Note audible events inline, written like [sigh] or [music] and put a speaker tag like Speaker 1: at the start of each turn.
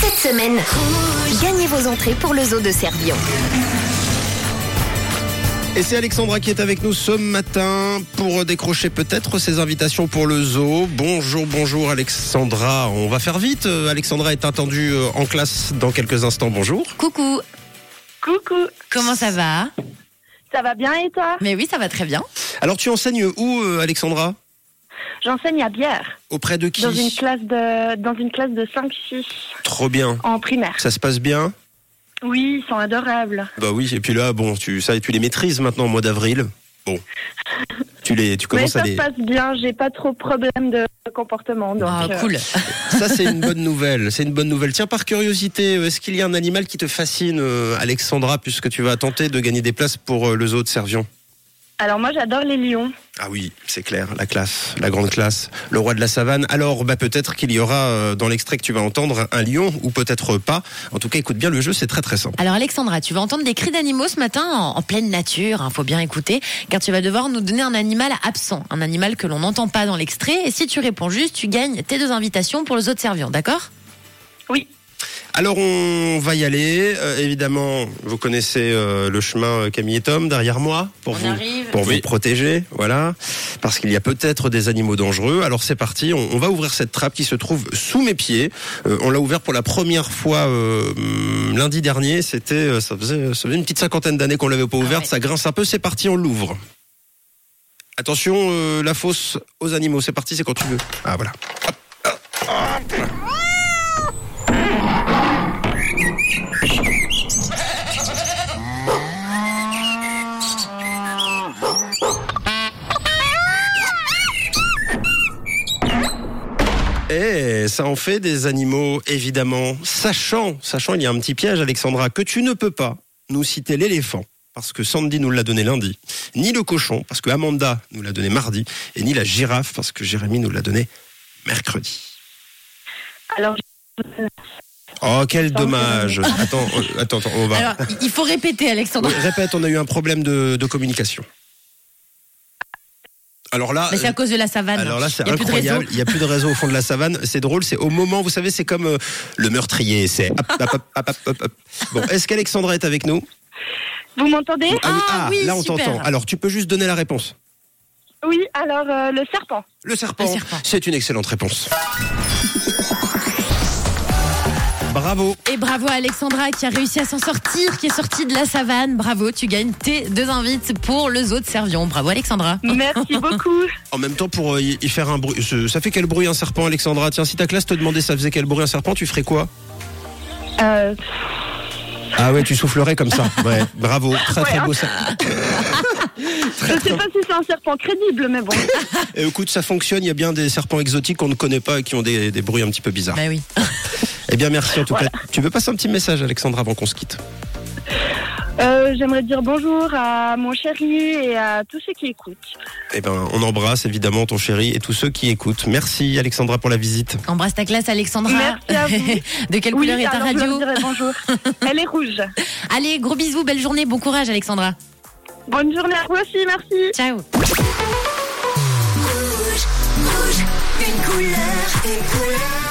Speaker 1: Cette semaine, gagnez vos entrées pour le zoo de Servion.
Speaker 2: Et c'est Alexandra qui est avec nous ce matin pour décrocher peut-être ses invitations pour le zoo. Bonjour, bonjour Alexandra. On va faire vite. Euh, Alexandra est attendue euh, en classe dans quelques instants. Bonjour.
Speaker 3: Coucou,
Speaker 4: Coucou,
Speaker 3: comment ça va
Speaker 4: ça va bien et toi
Speaker 3: Mais oui, ça va très bien.
Speaker 2: Alors tu enseignes où euh, Alexandra
Speaker 4: J'enseigne à Bière,
Speaker 2: Auprès de qui
Speaker 4: dans une classe de dans une classe de 5-6
Speaker 2: Trop bien.
Speaker 4: en primaire.
Speaker 2: Ça se passe bien
Speaker 4: Oui, ils sont adorables.
Speaker 2: Bah oui, et puis là, bon, tu, ça, tu les maîtrises maintenant au mois d'avril. Bon. Tu, les, tu
Speaker 4: Mais
Speaker 2: commences à
Speaker 4: ça
Speaker 2: les...
Speaker 4: se passe bien, j'ai pas trop de problèmes de comportement. Donc,
Speaker 3: Ah,
Speaker 4: euh,
Speaker 3: cool.
Speaker 2: Ça, c'est une bonne nouvelle. C'est une bonne nouvelle. Tiens, par curiosité, euh, est-ce qu'il y a un animal qui te fascine, euh, Alexandra, puisque tu vas tenter de gagner des places pour euh, le zoo de Servion
Speaker 4: Alors moi j'adore les lions.
Speaker 2: Ah oui, c'est clair, la classe, la grande classe, le roi de la savane. Alors, bah, peut-être qu'il y aura, euh, dans l'extrait que tu vas entendre, un lion, ou peut-être pas. En tout cas, écoute bien le jeu, c'est très très simple.
Speaker 3: Alors Alexandra, tu vas entendre des cris d'animaux ce matin en, en pleine nature, hein, faut bien écouter, car tu vas devoir nous donner un animal absent, un animal que l'on n'entend pas dans l'extrait, et si tu réponds juste, tu gagnes tes deux invitations pour le zoo de Servion, d'accord
Speaker 2: Alors, on va y aller. Euh, évidemment, vous connaissez euh, le chemin euh, Camille et Tom, derrière moi, pour vous
Speaker 3: arrive.
Speaker 2: pour vous protéger, voilà, parce qu'il y a peut-être des animaux dangereux. Alors c'est parti, on, on va ouvrir cette trappe qui se trouve sous mes pieds. Euh, on l'a ouvert pour la première fois euh, hum, lundi dernier. C'était, euh, ça faisait, ça faisait une petite cinquantaine d'années qu'on l'avait pas ouverte.
Speaker 3: Ah
Speaker 2: Ça
Speaker 3: ouais.
Speaker 2: grince un peu. C'est parti, on l'ouvre. Attention, euh, la fosse aux animaux. C'est parti, c'est quand tu veux. Ah voilà. Hop, hop, hop. Eh, ça en fait des animaux, évidemment. Sachant, sachant, il y a un petit piège, Alexandra, que tu ne peux pas nous citer l'éléphant, parce que Sandy nous l'a donné lundi, ni le cochon, parce que Amanda nous l'a donné mardi, et ni la girafe, parce que Jérémy nous l'a donné mercredi.
Speaker 4: Alors
Speaker 2: Oh, quel dommage. Attends, euh, attends, attends, on va.
Speaker 3: Alors, il- il faut répéter Alexandra.
Speaker 2: Oui, répète, on a eu un problème de, de communication. Alors là,
Speaker 3: Mais c'est à cause de la savane.
Speaker 2: Alors là, c'est
Speaker 3: Ah Il y a plus de réseau.
Speaker 2: incroyable. Il n'y a plus de réseau au fond de la savane. C'est drôle. C'est au moment, vous savez, c'est comme euh, le meurtrier. C'est hop, hop, hop, hop, hop, hop. Bon, est-ce qu'Alexandra est avec nous
Speaker 4: vous m'entendez
Speaker 3: Ah oui,
Speaker 2: là on
Speaker 3: super.
Speaker 2: t'entend. Alors, tu peux juste donner la réponse.
Speaker 4: Oui, alors euh, le serpent.
Speaker 2: Le serpent.
Speaker 3: Le serpent.
Speaker 2: C'est une excellente réponse. Bravo.
Speaker 3: Et bravo à Alexandra qui a réussi à s'en sortir, qui est sortie de la savane. Bravo, tu gagnes tes deux invites pour le zoo de Servion. Bravo Alexandra.
Speaker 4: Merci [laughs] beaucoup.
Speaker 2: En même temps, pour euh, y y faire un bruit, ce- ça fait quel bruit un serpent, Alexandra Tiens, si ta classe te demandait ça faisait quel bruit un serpent, tu ferais quoi
Speaker 4: Euh,
Speaker 2: Ah ouais, tu soufflerais comme ça. Ouais, bravo. Très très
Speaker 4: Ouais,
Speaker 2: beau. Ça.
Speaker 4: je sais pas si c'est un serpent crédible, [laughs] mais bon.
Speaker 2: Et écoute, ça fonctionne. Il y a bien des serpents exotiques qu'on ne connaît pas et qui ont des, des bruits un petit peu bizarres.
Speaker 3: Bah oui.
Speaker 2: Eh bien, merci en tout cas. Tu veux passer un petit message, Alexandra, avant qu'on se quitte
Speaker 4: Euh, J'aimerais dire bonjour à mon chéri et à tous ceux qui écoutent.
Speaker 2: Eh bien, on embrasse évidemment ton chéri et tous ceux qui écoutent. Merci, Alexandra, pour la visite.
Speaker 3: Embrasse ta classe Alexandra.
Speaker 4: Merci à vous.
Speaker 3: [laughs] de quelle couleur est ta
Speaker 4: alors je
Speaker 3: radio
Speaker 4: leur dirai [laughs] bonjour. Elle est rouge.
Speaker 3: Allez, gros bisous, belle journée, bon courage Alexandra.
Speaker 4: Bonne journée à vous aussi, merci.
Speaker 3: Ciao.
Speaker 5: Rouge, rouge, une couleur, une couleur.